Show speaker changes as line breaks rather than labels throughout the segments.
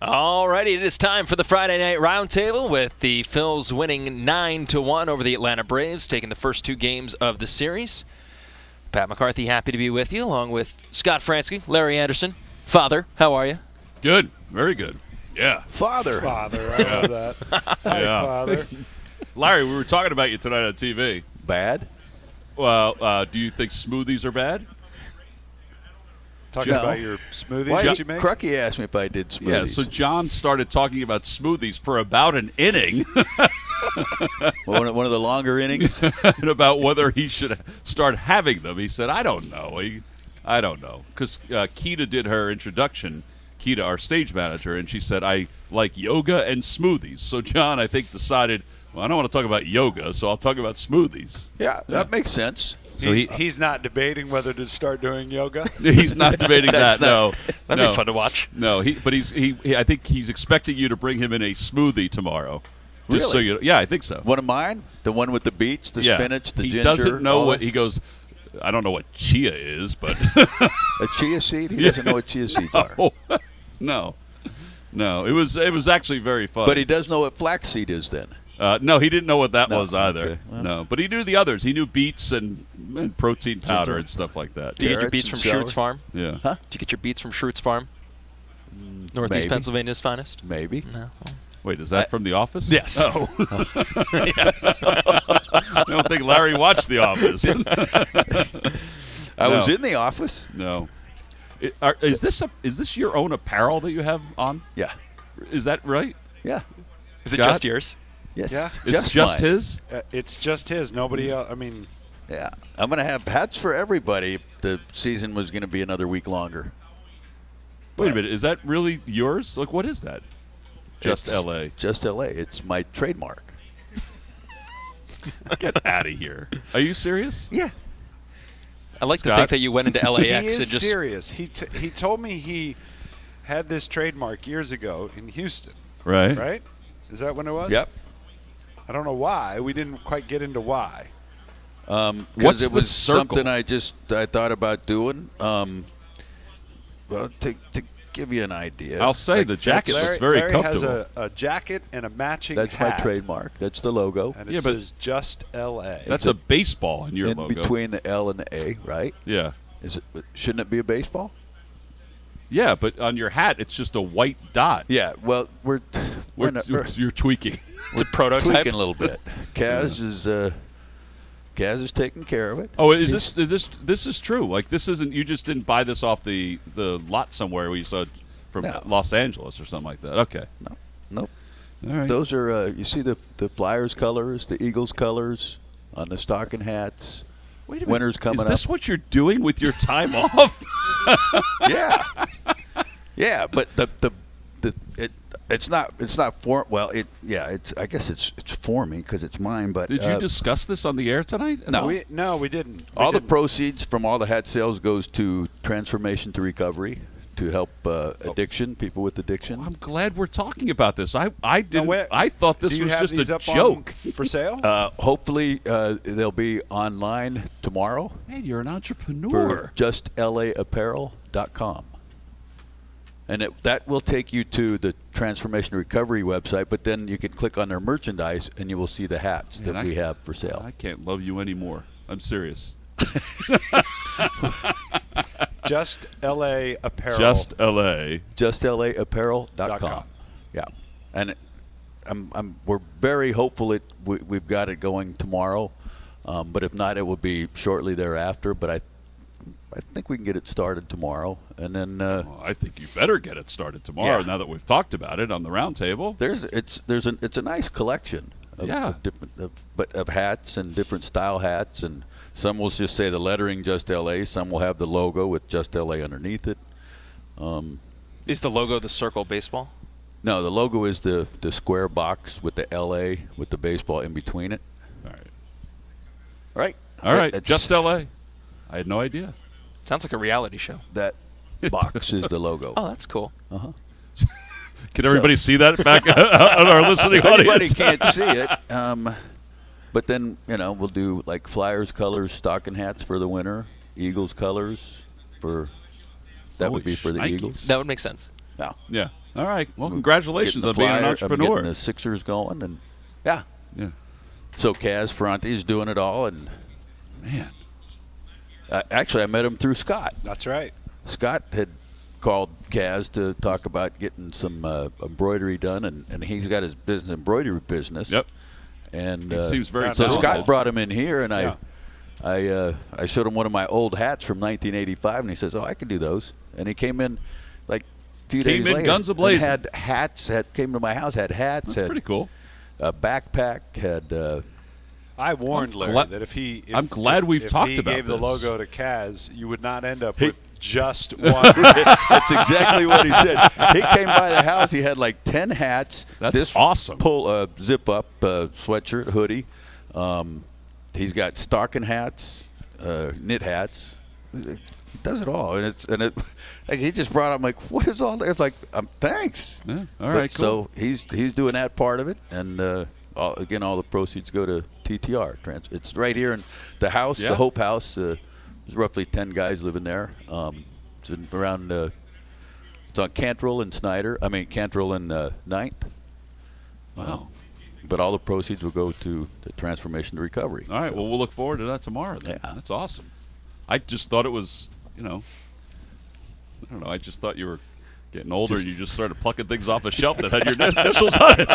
All righty, it is time for the Friday night roundtable with the Phils winning nine to one over the Atlanta Braves, taking the first two games of the series. Pat McCarthy, happy to be with you, along with Scott Fransky, Larry Anderson, father. How are you?
Good, very good. Yeah,
Father.
Father, I love that. Hi,
Yeah.
Father.
Larry, we were talking about you tonight on TV.
Bad?
Well, uh, do you think smoothies are bad?
Talking
No.
about your smoothies
Why
that
did-
you make.
Crucky asked me if I did smoothies.
Yeah. So John started talking about smoothies for about an inning,
one, of- one of the longer innings.
and about whether he should start having them. He said, "I don't know. He, I don't know," because uh, Keita did her introduction. Keita, our stage manager, and she said, "I like yoga and smoothies." So John, I think, decided, "Well, I don't want to talk about yoga, so I'll talk about smoothies."
yeah, that makes sense.
So
he's,
he-
he's not debating whether to start doing yoga.
He's not debating that. no,
That'd
No.
be fun to watch.
No, he, but he's he, he. I think he's expecting you to bring him in a smoothie tomorrow. Just so
Really?
you, yeah, I think so.
One of mine, the one with the beets, the
yeah.
spinach, the
he
ginger.
doesn't know
all
what
the-
he goes. I don't know what chia is, but
a chia seed. He doesn't know what chia seeds are,
oh, no, no. It was it was actually very funny.
but he does know what flaxseed is. Then
uh, no, he didn't know what that
No,
was either.
okay, well.
No, but he knew the others. He knew beets and, and protein powder and stuff like that.
Did you get your
Carrots
beets
and
from Schrute's
celery.
Farm?
Yeah.
Huh?
Did you get your beets from Schrute's Farm? Northeast
Maybe.
Pennsylvania's finest.
maybe.
Wait, is that from The Office?
Yes.
Oh. I don't think Larry watched The Office.
I was
No.
in the office.
No. I- are, is this a, is this your own apparel that you have on?
Yeah,
Is that right?
yeah,
Is it
Scott?
just yours?
yes.
Yeah.
It's just,
mine.
his.
Uh, It's just his. Nobody else. I mean,
Yeah, I'm gonna have hats for everybody. if The season was gonna be another week longer.
Wait a minute. Is that really yours? Like, what is that? Just
It's
L.A.
Just L.A. It's my trademark.
Get out of here. Are you serious?
Yeah,
I like to
Scott?
think that you went into
he
LAX and
is
just
serious. He t- he told me he had this trademark years ago in Houston,
Right.
right? Is that when it was?
yep.
I don't know why. We didn't quite get into why.
What's
because it
the
was
circle?
something I just I thought about doing. Um, well, to, to give you an idea,
I'll say the jacket
Larry,
looks very
Larry
comfortable.
has a, a jacket and a matching
that's my
hat,
trademark. That's the logo.
And it
Yeah, but-
says just L.A.
That's a baseball in your
In
logo.
between the L and the A, right?
Yeah.
Is it? Shouldn't it be a baseball?
Yeah, but on your hat, it's just a white dot.
Yeah. Well, we're we're,
We're,
not,
you're,
we're
you're tweaking.
it's a prototype.
tweaking a little bit. Kaz is uh, Kaz is taking care of it.
Oh, is this is this this is true? Like this isn't you just didn't buy this off the the lot somewhere where you saw it from
No.
Los Angeles or something like that. Okay.
No, nope.
All right.
Those are uh, you see the the Flyers colors, the Eagles colors on the stocking hats.
Wait a minute.
Winter's coming
Is
up.
this what you're doing with your time off?
yeah, yeah, but the the, the it, it's not it's not for well it yeah it's I guess it's it's for me because it's mine. But
Did you
uh,
discuss this on the air tonight?
No.
We, no, we didn't. We
all the
didn't.
proceeds from all the hat sales goes to transformation to recovery to help uh, addiction people with addiction.
Oh. I'm glad we're talking about this. I I
Now,
didn't.
where-
I thought
do
this
you
was
have
just
these
a
up on
joke.
for sale.
Uh, hopefully uh, they'll be online tomorrow
Man, you're an entrepreneur.
for justlapparel.com. And it, that will take you to the Transformation Recovery website, but then you can click on their merchandise and you will see the hats
Man,
that
I-
we have for sale.
I can't love you anymore. I'm serious.
just L.A. apparel.
Just L.A.
JustLAapparel.com. Yeah, and it- I'm, I'm, we're very hopeful it we, we've got it going tomorrow, um, but if not, it will be shortly thereafter. But I, I think we can get it started tomorrow, and then uh,
Well, I think you better get it started tomorrow.
Yeah.
Now that we've talked about it on the roundtable.
there's it's there's an it's a nice collection of,
Yeah.
of different of, but of hats and different style hats and some will just say the lettering just LA some will have the logo with just LA underneath it um,
Is the logo the circle baseball?
No, the logo is the, the square box with the LA with the baseball in between it.
All right.
All right.
All right.
That- that's-
Just LA. I had no idea.
Sounds like a reality show.
that box is the logo.
Oh, that's cool.
Can everybody see that back on our listening
Everybody
audience?
can't see it. Um, but then you know we'll do like Flyers colors, stocking hats for the winter, Eagles colors for that would
Holy
be for the
shnikes.
Eagles.
That would make sense.
Yeah.
Yeah. All right. Well, congratulations
Getting
on
the
being an
Flyer- I'm
entrepreneur.
getting the Sixers going, and yeah.
yeah.
So Kaz Ferranti is doing it all, and
Man.
uh, actually I met him through Scott.
That's right.
Scott had called Kaz to talk about getting some uh, embroidery done, and, and he's got his business embroidery business.
Yep.
And
He
uh,
seems very
so. Scott
talented.
brought him in here, and I,
Yeah.
I, uh, I showed him one of my old hats from 1985, and he says, "Oh, I could do those." And he came in, like. a Few
Came
days
in
later,
guns
and
a-blazing.
Had hats. Had came to my house. Had hats.
That's
had
pretty cool.
A backpack. Had uh,
I warned Larry
gla-
that if he, if,
I'm glad we've
if
talked
he
about
gave the
this.
logo to Kaz, you would not end up with just one.
That's exactly what he said. He came by the house. He had like ten hats.
That's
this
awesome.
Pull uh, zip up uh, sweatshirt, hoodie. Um, he's got stocking hats, uh, knit hats. He does it all, and it's and it. Like, he just brought. I'm like, what is all there? It's like, um, thanks.
Yeah, all
But
right,
So he's he's doing that part of it, and uh, all, again, all the proceeds go to TTR. Trans- It's right here in the house,
Yeah.
the Hope House. Uh, there's roughly ten guys living there. Um, it's in, around. Uh, it's on Cantrell and Snyder. I mean Cantrell and uh, Ninth.
Wow.
But all the proceeds will go to the transformation to recovery.
All right. Well, we'll look forward to that tomorrow. Then.
Yeah.
That's awesome. I just thought it was, you know, I don't know. I just thought you were getting older and you just started plucking things off a shelf that had your initials on it.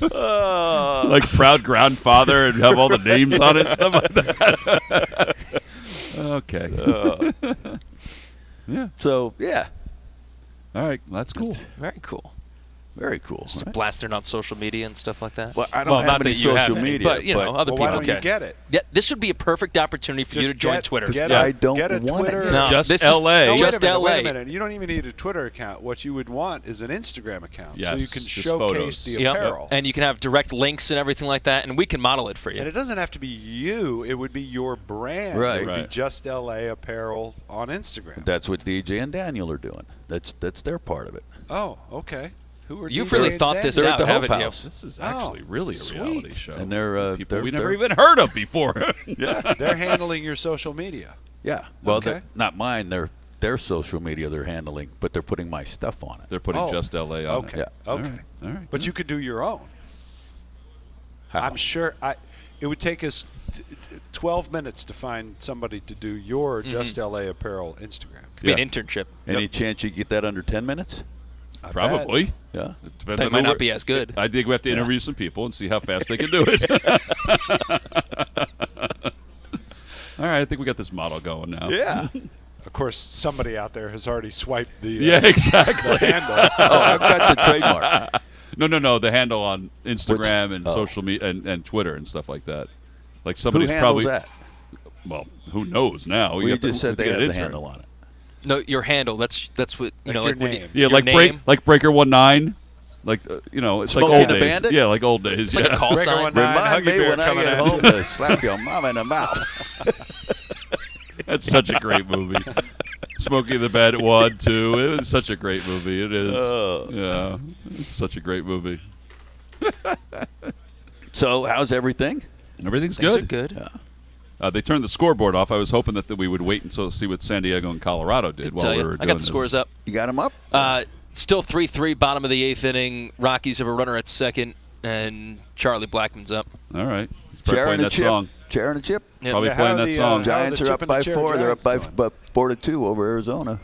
like proud grandfather and have all the names on it, stuff like that. okay. yeah.
So yeah,
All right. That's cool.
Very cool.
very cool.
Just
right?
blasting on social media and stuff like that.
Well, I don't
well,
have
not
any
that you have
social
any,
media,
but you know,
but-
other
Well, why
people
don't
can.
you get it?
Yeah, this would be a perfect opportunity for
Just
you to join
get-
Twitter.
Get
Yeah.
a,
I don't
get a
want it.
Twitter.
no,
Just
this
LA.
Is,
No, wait
just
a minute,
LA.
Wait a minute. You don't even need a Twitter account. What you would want is an Instagram account, so you
Yes,
can
just
showcase
photos.
the
Yep.
apparel.
And you can have direct links and everything like that, and we can model it for you.
And it doesn't have to be you. It would be your brand.
Right.
It would be
Right.
just LA apparel on Instagram.
That's what DJ and Daniel are doing. That's that's their part of it.
oh, okay. Who are
You've
DJ
really
and
thought
Daniel?
this
They're at
out,
the Hope
haven't you?
House.
This is
Oh,
actually really
sweet.
a reality show.
And they're, uh,
people
they're-
we never
they're-
even heard of before.
Yeah, they're handling your social media.
Yeah. Well,
Okay.
they're- not mine. They're their social media they're handling, but they're putting my stuff on it.
They're putting
Oh,
just LA on it.
Okay.
Yeah.
Okay.
All right. All right.
But you could do your own.
How?
I'm sure I it would take us t- t- 12 minutes to find somebody to do your just LA apparel Instagram.
It'd be
Yeah.
an internship.
Any chance you get that under ten minutes?
probably.
Yeah.
It depends
They
on
might
who
not
we're-
be as good.
I think we have to interview some people and see how fast they can do it. All right, I think we got this model going now.
Yeah.
Of course, somebody out there has already swiped the, uh,
Yeah,
the
exactly.
handle.
oh, I've got the trademark.
No, no, no. The handle on Instagram and
oh.
social media and, and Twitter and stuff like that. Like
Who
somebody's probably
handles that?
well, who knows now? You
We you
have to-
just said
we
they
have
have
to
the
get an
handle
intern.
on it.
No, your handle. That's that's what you
Like
know.
your
like when you-
name.
Yeah,
your
like break,
name.
like breaker one nine, like uh, you know, it's
Smokey
like
and the
old days.
Bandit?
Yeah, like old days.
like a
yeah.
call
Breaker
sign.
one nine.
Remind
Huggy
me
Bear
when I
coming
get
at
home to slap your mom in the mouth.
That's such a great movie. Smokey the Bandit one, two. It was such a great movie. It is.
Oh.
Yeah, it's such a great movie.
So, how's everything?
Everything's
Things are
good.
good.
Uh, they turned the scoreboard off. I was hoping that, that we would wait until see what San Diego and Colorado did while
Tell
we
you.
were doing
I got the
this.
scores up.
You got him up?
Uh, still three three. Bottom of the eighth inning. Rockies have a runner at second, and Charlie Blackman's up.
All right, let's start
Chair
playing
and a
that
chip.
song.
Chair and a chip.
Yep.
Probably
Yeah, how
playing
are
that
the, uh,
song.
how-
Giants
the
are
chip
up
and the
by
chair
four. They're up
Giants
by,
doing?
by four to two over Arizona.
Did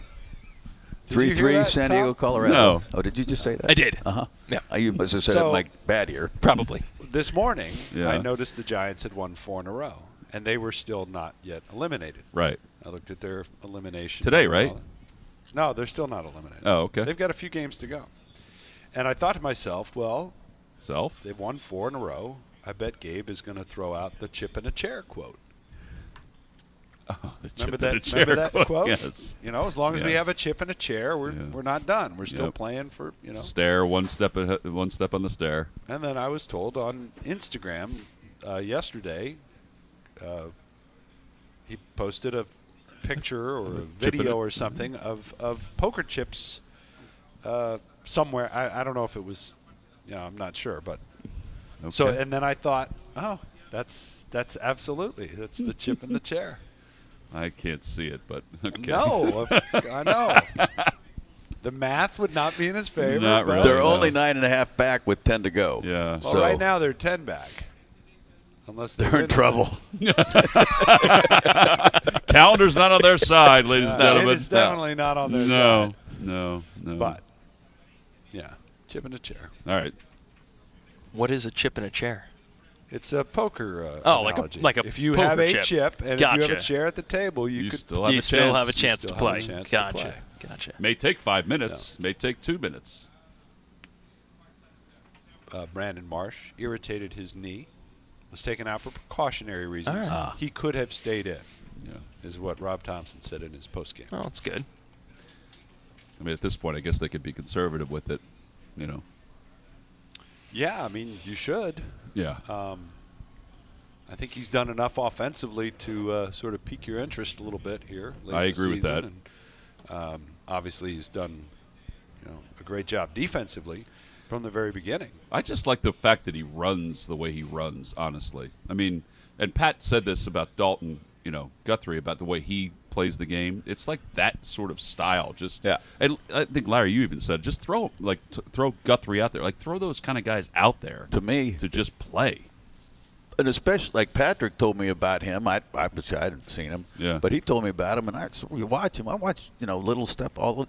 you
Three
hear
three
that,
San
Tom?
Diego, Colorado.
No.
Oh, did you just say that?
I did.
Uh huh.
Yeah.
You must have said
So-
it like bad here.
Probably.
This morning,
Yeah.
I noticed the Giants had won four in a row, and they were still not yet eliminated.
Right.
I looked at their elimination
Today, right?
No, they're still not eliminated.
Oh, okay.
They've got a few games to go. And I thought to myself, well,
Self.
they've won four in a row. I bet Gabe is going to throw out the chip and a chair quote.
The
Remember
chip and
that?
the
Remember
chair
that
quote,
quote?
yes.
You know, as long as we
Yes.
have a chip and a chair, we're
Yeah.
we're not done. We're still
Yep.
playing for you know.
Stair one step ahe- one step on the stair.
And then I was told on Instagram uh, yesterday, uh, he posted a picture or a
Chip in it.
video or something of, of poker chips uh, somewhere. I, I don't know if it was, you know, I'm not sure. But so,
Okay.
and then I thought, oh, that's that's absolutely that's the chip in the chair.
I can't see it, but okay.
No, of- I know. The math would not be in his favor.
Not
but-
Oh,
really.
They're
Yeah.
only nine and a half back with ten to go.
Yeah.
Well,
So-
right now they're ten back, unless they
They're in
win.
trouble.
Calendar's not on their side, ladies and
Uh,
gentlemen.
it is definitely not on
no,
their side.
no, no.
But yeah, chip in a chair.
all right.
What is a chip in a chair?
It's a poker. Uh,
Oh, like a-
analogy.
like a
If you
poker
have a
chip.
chip and if you
Gotcha.
have a chair at the table, you,
You,
could.
still have
you
a
still
chance.
have a chance
still
to
have a
play.
chance to
gotcha.
play.
Gotcha.
May take five minutes. May take two minutes.
uh, Brandon Marsh irritated his knee, was taken out for precautionary reasons.
All
He could have stayed in,
Yeah.
is what Rob Thompson said in his postgame.
Oh, that's good.
I mean, at this point, I guess they could be conservative with it. You know.
Yeah, I mean you should.
Yeah.
I think he's done enough offensively to uh, sort of pique your interest a little bit here. Late
I
in the
agree with
season.
that.
And, um, obviously, he's done you know, a great job defensively from the very beginning.
I just like the fact that he runs the way he runs, honestly. I mean, and Pat said this about Dalton, you know, Guthrie, about the way he plays the game. It's like that sort of style. Just,
Yeah.
And I think, Larry, you even said, just throw, like, t- throw Guthrie out there. Like, throw those kind of guys out there
To me,
to just play.
and especially like Patrick told me about him. I I, which I hadn't seen him,
Yeah.
but he told me about him, and I so we watch him. I watch you know little stuff. All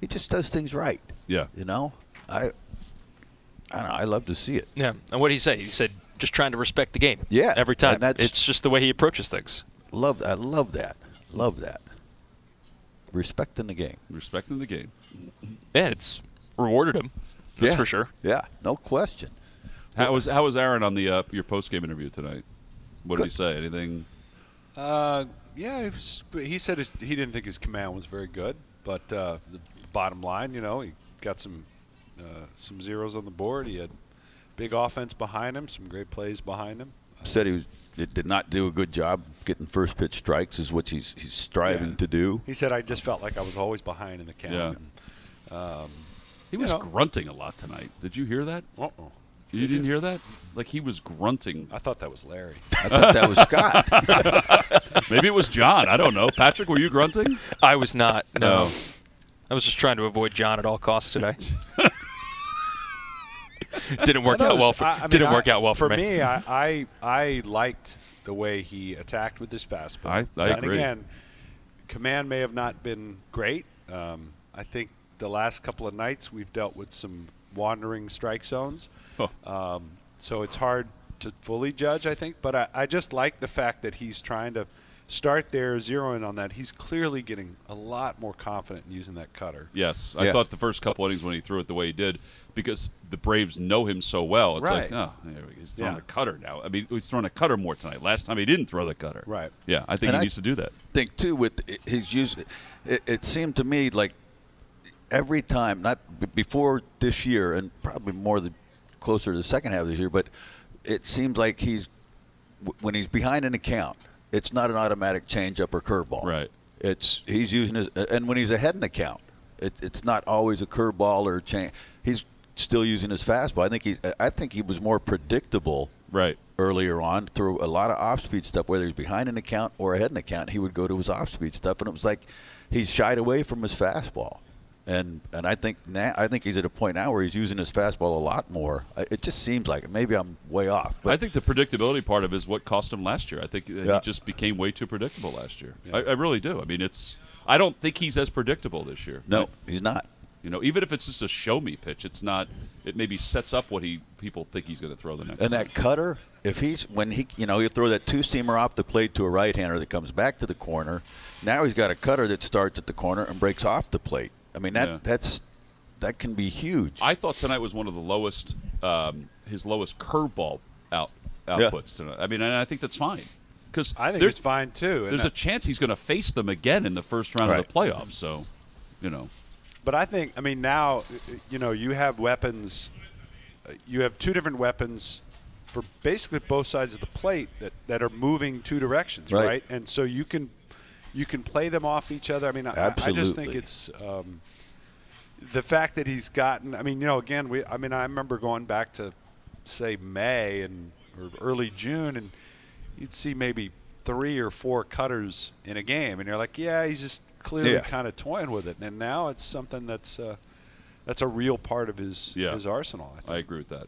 he just does things right.
Yeah.
you know, I I don't know. I love to see it.
Yeah. And what did he say? He said just trying to respect the game.
Yeah,
Every time.
and that's-
It's just the way he approaches things.
Love I love that. Love that. Respecting the game.
Respecting the game.
Yeah, it's rewarded him. That's
Yeah.
for sure.
Yeah, no question.
How was, how was Aaron on the uh, your post game interview tonight? What did he say? Anything?
Uh, yeah, he, was, but he said his, he didn't think his command was very good, but uh, the bottom line, you know, he got some uh, some zeros on the board. He had big offense behind him, some great plays behind him.
Said he was did did not do a good job getting first pitch strikes is what he's he's striving
Yeah.
to do.
He said, "I just felt like I was always behind in the count."
Yeah.
And,
He was
know.
grunting a lot tonight. Did you hear that?
uh-oh,
You didn't hear that? Like, he was grunting.
I thought that was Larry.
I thought that was Scott.
Maybe it was John. I don't know. Patrick, were you grunting?
I was not. No.
No.
I was just trying to avoid John at all costs today. didn't work out well for
I- I mean,
didn't
I-
work out well for,
me. I, I I liked the way he attacked with his fastball.
I- I
and
agree.
again, command may have not been great. Um, I think the last couple of nights we've dealt with some wandering strike zones,
Uh,
Oh.
um, so it's hard to fully judge. I think, but I, I just like the fact that he's trying to start there, zero in on that. He's clearly getting a lot more confident in using that cutter.
Yes, I
Yeah.
thought the first couple innings when he threw it the way he did, because the Braves know him so well. It's like,
Right.
oh, there we go. he's throwing
Yeah.
a cutter now. I mean, he's throwing a cutter more tonight. Last time he didn't throw the cutter.
Right.
Yeah, I think
And
he
I-
needs to do that.
think too with his use. It, it seemed to me like every time, not b- before this year, and probably more the closer to the second half of this year, but it seems like he's w- when he's behind an account, it's not an automatic changeup or curveball.
Right.
It's he's using his, and when he's ahead in the count, it, it's not always a curveball or a change. He's still using his fastball. I think he's. I think he was more predictable
Right.
earlier on through a lot of off-speed stuff, whether he's behind an account or ahead an account, he would go to his off-speed stuff, and it was like he shied away from his fastball. And and I think now I think he's at a point now where he's using his fastball a lot more. I- It just seems like it. maybe I'm way off, but
I think the predictability part of it is what cost him last year. I think that
Yeah.
he just became way too predictable last year.
Yeah.
I, I really do. I mean, it's. I don't think he's as predictable this year.
no, he's not.
You know, even if it's just a show me pitch, it's not. It maybe sets up what he people think he's going to throw the next.
And
time.
that cutter, if he's when he you know he'll throw that two seamer off the plate to a right hander that comes back to the corner. Now he's got a cutter that starts at the corner and breaks off the plate. I mean that
Yeah.
that's that can be huge.
I thought tonight was one of the lowest, um, his lowest curveball out
Yeah.
outputs tonight. I mean, and I think that's fine. Because
I think
there's
it's fine too. and
there's
I-
a chance he's going to face them again in the first round of the playoffs. So, you know,
But I think, I mean, now, uh, you know, you have weapons. uh, You have two different weapons for basically both sides of the plate that, that are moving two directions,
Right.
right? And so you can you can play them off each other. I mean, I, I just think
Absolutely.
it's um, the fact that he's gotten. I mean, you know, again, we. I mean, I remember going back to say May and or early June, and you'd see maybe three or four cutters in a game, and you're like, yeah, he's just clearly
Yeah.
kind of toying with it. And now it's something that's uh, that's a real part of his
Yeah.
his arsenal. I think.
I agree with that.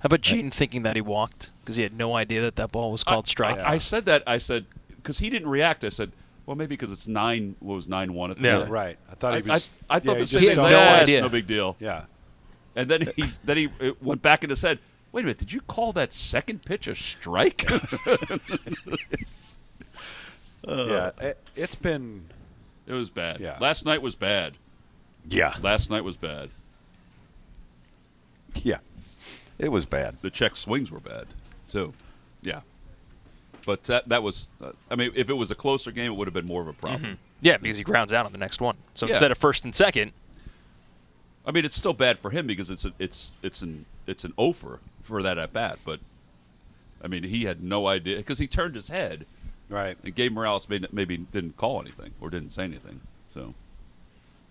How about Cheaton thinking that he walked because he had no idea that that ball was called strike?
I, I said that. I said because he didn't react. I said, well, maybe because it's nine. What was nine one at the
Yeah.
time.
Right. I thought
I,
he
I,
was.
I
yeah,
thought
he
the
just
same
had
thing.
saw
no
that.
"Ah, it's
idea.
No big deal.
Yeah.
And then he then he it went back into said, "Wait a minute, did you call that second pitch a strike?"
yeah. It, it's been.
it was bad.
Yeah.
Last night was bad.
Yeah,
Last night was bad.
yeah. It was bad.
The check swings were bad too. Yeah. But that that was uh, I mean, if it was a closer game, it would have been more of a problem.
yeah, because he grounds out on the next one. So
Yeah.
instead of first and second,
I mean, it's still bad for him because it's a, it's it's an it's an offer for that at bat, but I mean, he had no idea because he turned his head
Right.
and Gabe Morales made, maybe didn't call anything or didn't say anything. So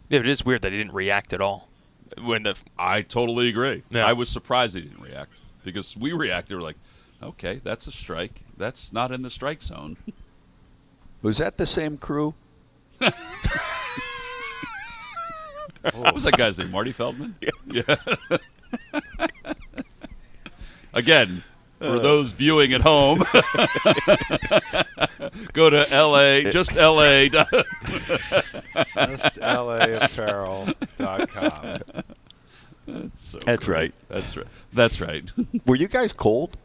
yeah, but it is weird that he didn't react at all when the
I totally agree.
Yeah.
I was surprised he didn't react because we reacted. We're like, okay, that's a strike. That's not in the strike zone.
Was that the same crew?
What was that guy's name? Marty Feldman? Yeah. Again,
Uh.
for those viewing at home, go to LA, just LA.
Just laapparel.com.
So
That's
great.
right.
That's right. That's right.
Were you guys cold?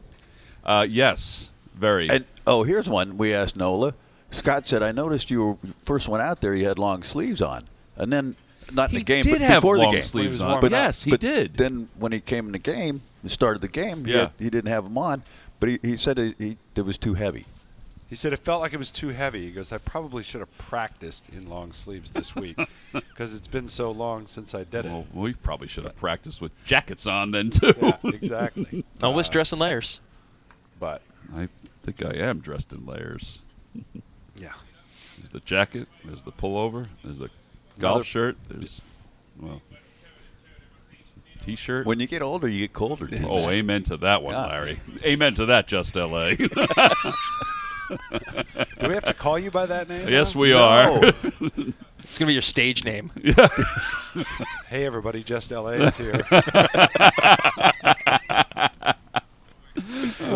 Uh, yes, very.
And oh, here's one we asked Nola. Scott said, "I noticed you were first one out there. You had long sleeves on, and then not in
he
the game,
did
but
have
before
long
the game.
sleeves
But-
on.
but-
yes, he
but
did.
Then when he came in the game, he started the game. He,
Yeah.
had- he didn't have them on, but he, he said he, he, it was too heavy.
He said it felt like it was too heavy. He goes, I probably should have practiced in long sleeves this week because it's been so long since I did it.
well, we probably should have practiced with jackets on then too.
Yeah, exactly.
always dressing layers.
But
I think I am dressed in layers.
yeah,
There's the jacket. There's the pullover. There's the golf
Another-
shirt. There's well, t-shirt.
When you get older, you get colder. dude.
oh, amen to that one,
Yeah.
Larry. Amen to that, just L.A.
do we have to call you by that name?
yes,
now?
we
No.
are.
It's gonna be your stage name.
Hey, everybody, just LA is here. well,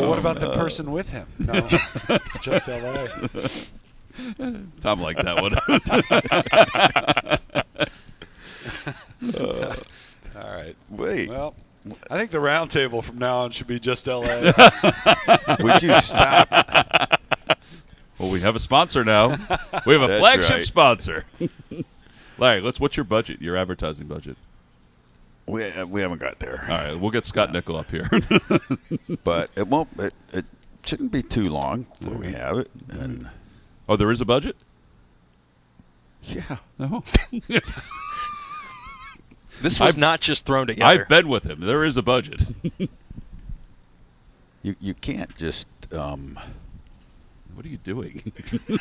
what about the person with him? No, it's just LA.
Tom liked that one.
All right.
Wait,
Well, I think the roundtable from now on should be just LA.
would you stop?
well, we have a sponsor now. We have a
That's
flagship
right.
sponsor. Larry, let's. What's your budget? Your advertising budget?
we, we haven't got there,
All right, we'll get Scott Nickel up here.
but it won't. It, it shouldn't be too long before we have it. And
oh, there is a budget.
yeah,
No,
This was
I've-
not just thrown together.
I've been with him. There is a budget.
you you can't just. Um,
what are you doing?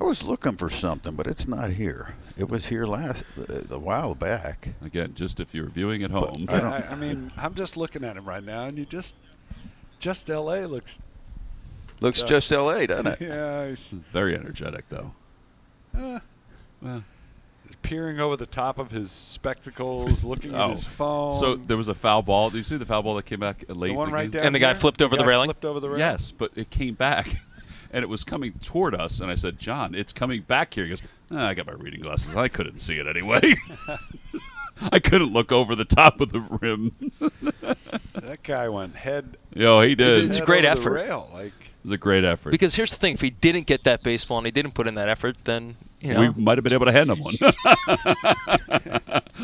I was looking for something, but it's not here. It was here last uh, a while back.
Again, just if you're viewing at home.
I don't-
I, I mean, I'm just looking at him right now, and you just, just LA looks.
Looks just L.A., doesn't it?
Yeah, he's
Very energetic, though.
peering over the top of his spectacles, looking
Oh.
at his phone.
So there was a foul ball. Did you see the foul ball that came back late?
the
in
one right
game?
down
And the guy
here?
flipped over the
guy
railing?
Flipped over the railing.
Yes, but it came back, and it was coming toward us. And I said, "John, it's coming back here." He goes, "Ah, "I got my reading glasses. I couldn't see it anyway. I couldn't look over the top of the rim."
That guy went head.
Yo, he did.
It's a
head
great
over the
effort.
rail, like
It was a great effort.
because here's the thing: if he didn't get that baseball and he didn't put in that effort, then you know
we might have been able to hand him one.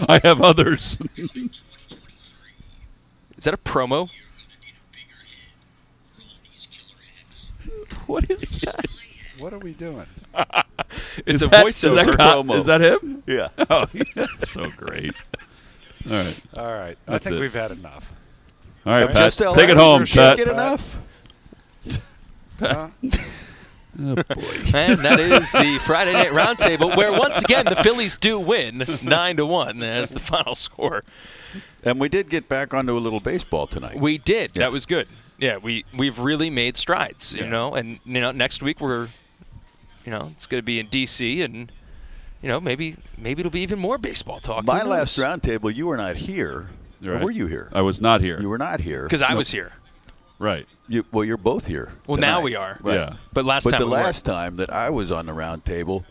I have others.
is that a promo? What is that?
What are we doing?
Is
It's a
that- is
voiceover
that Cotton?
promo.
Is that him?
Yeah.
Oh, that's so great. All right,
All right. I
That's
think
it.
we've had enough.
all right, Pat.
Just
Take it home, Pat.
Get enough.
Huh?
And that is the Friday night roundtable, where once again the Phillies do win nine to one as the final score.
And we did get back onto a little baseball tonight.
We did.
Yeah.
That was good. Yeah, we we've really made strides, you
Yeah.
know. And you know, next week we're, you know, it's going to be in D.C. and, you know, maybe maybe it'll be even more baseball talk.
My last roundtable, you were not here. Or
Right.
were you here?
I was not here.
You were not here.
because I was here.
right.
You, well, you're both here.
Well, now
tonight.
we are.
Right.
Yeah.
But last
but
time
the
we
last time that I was on the round table,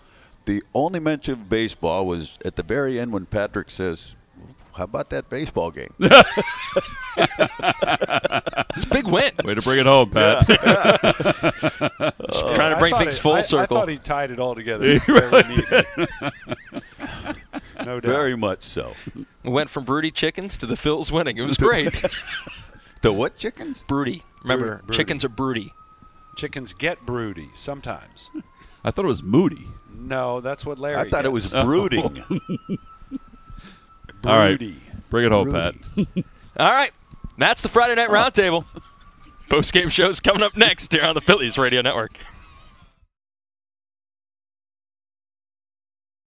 the only mention of baseball was at the very end when Patrick says, "How about that baseball game?"
weren't. it's a big win.
Way to bring it home, Pat.
trying to
Uh, I
bring
thought
things
it-
full
I-
circle.
I thought he tied it all together. very neatly. no doubt.
very much so.
we went from broody chickens to the Phils winning. It was great.
The what chickens?
broody. Remember,
Broody.
chickens are broody.
Chickens get broody sometimes.
I thought it was Moody.
No, that's what Larry.
I thought it was
gets.
brooding.
All right.
broody.
Bring it home,
Rudy.
Pat.
All right,
Uh-huh.
that's the Friday night roundtable. Post game shows coming up next here on the Phillies Radio Network.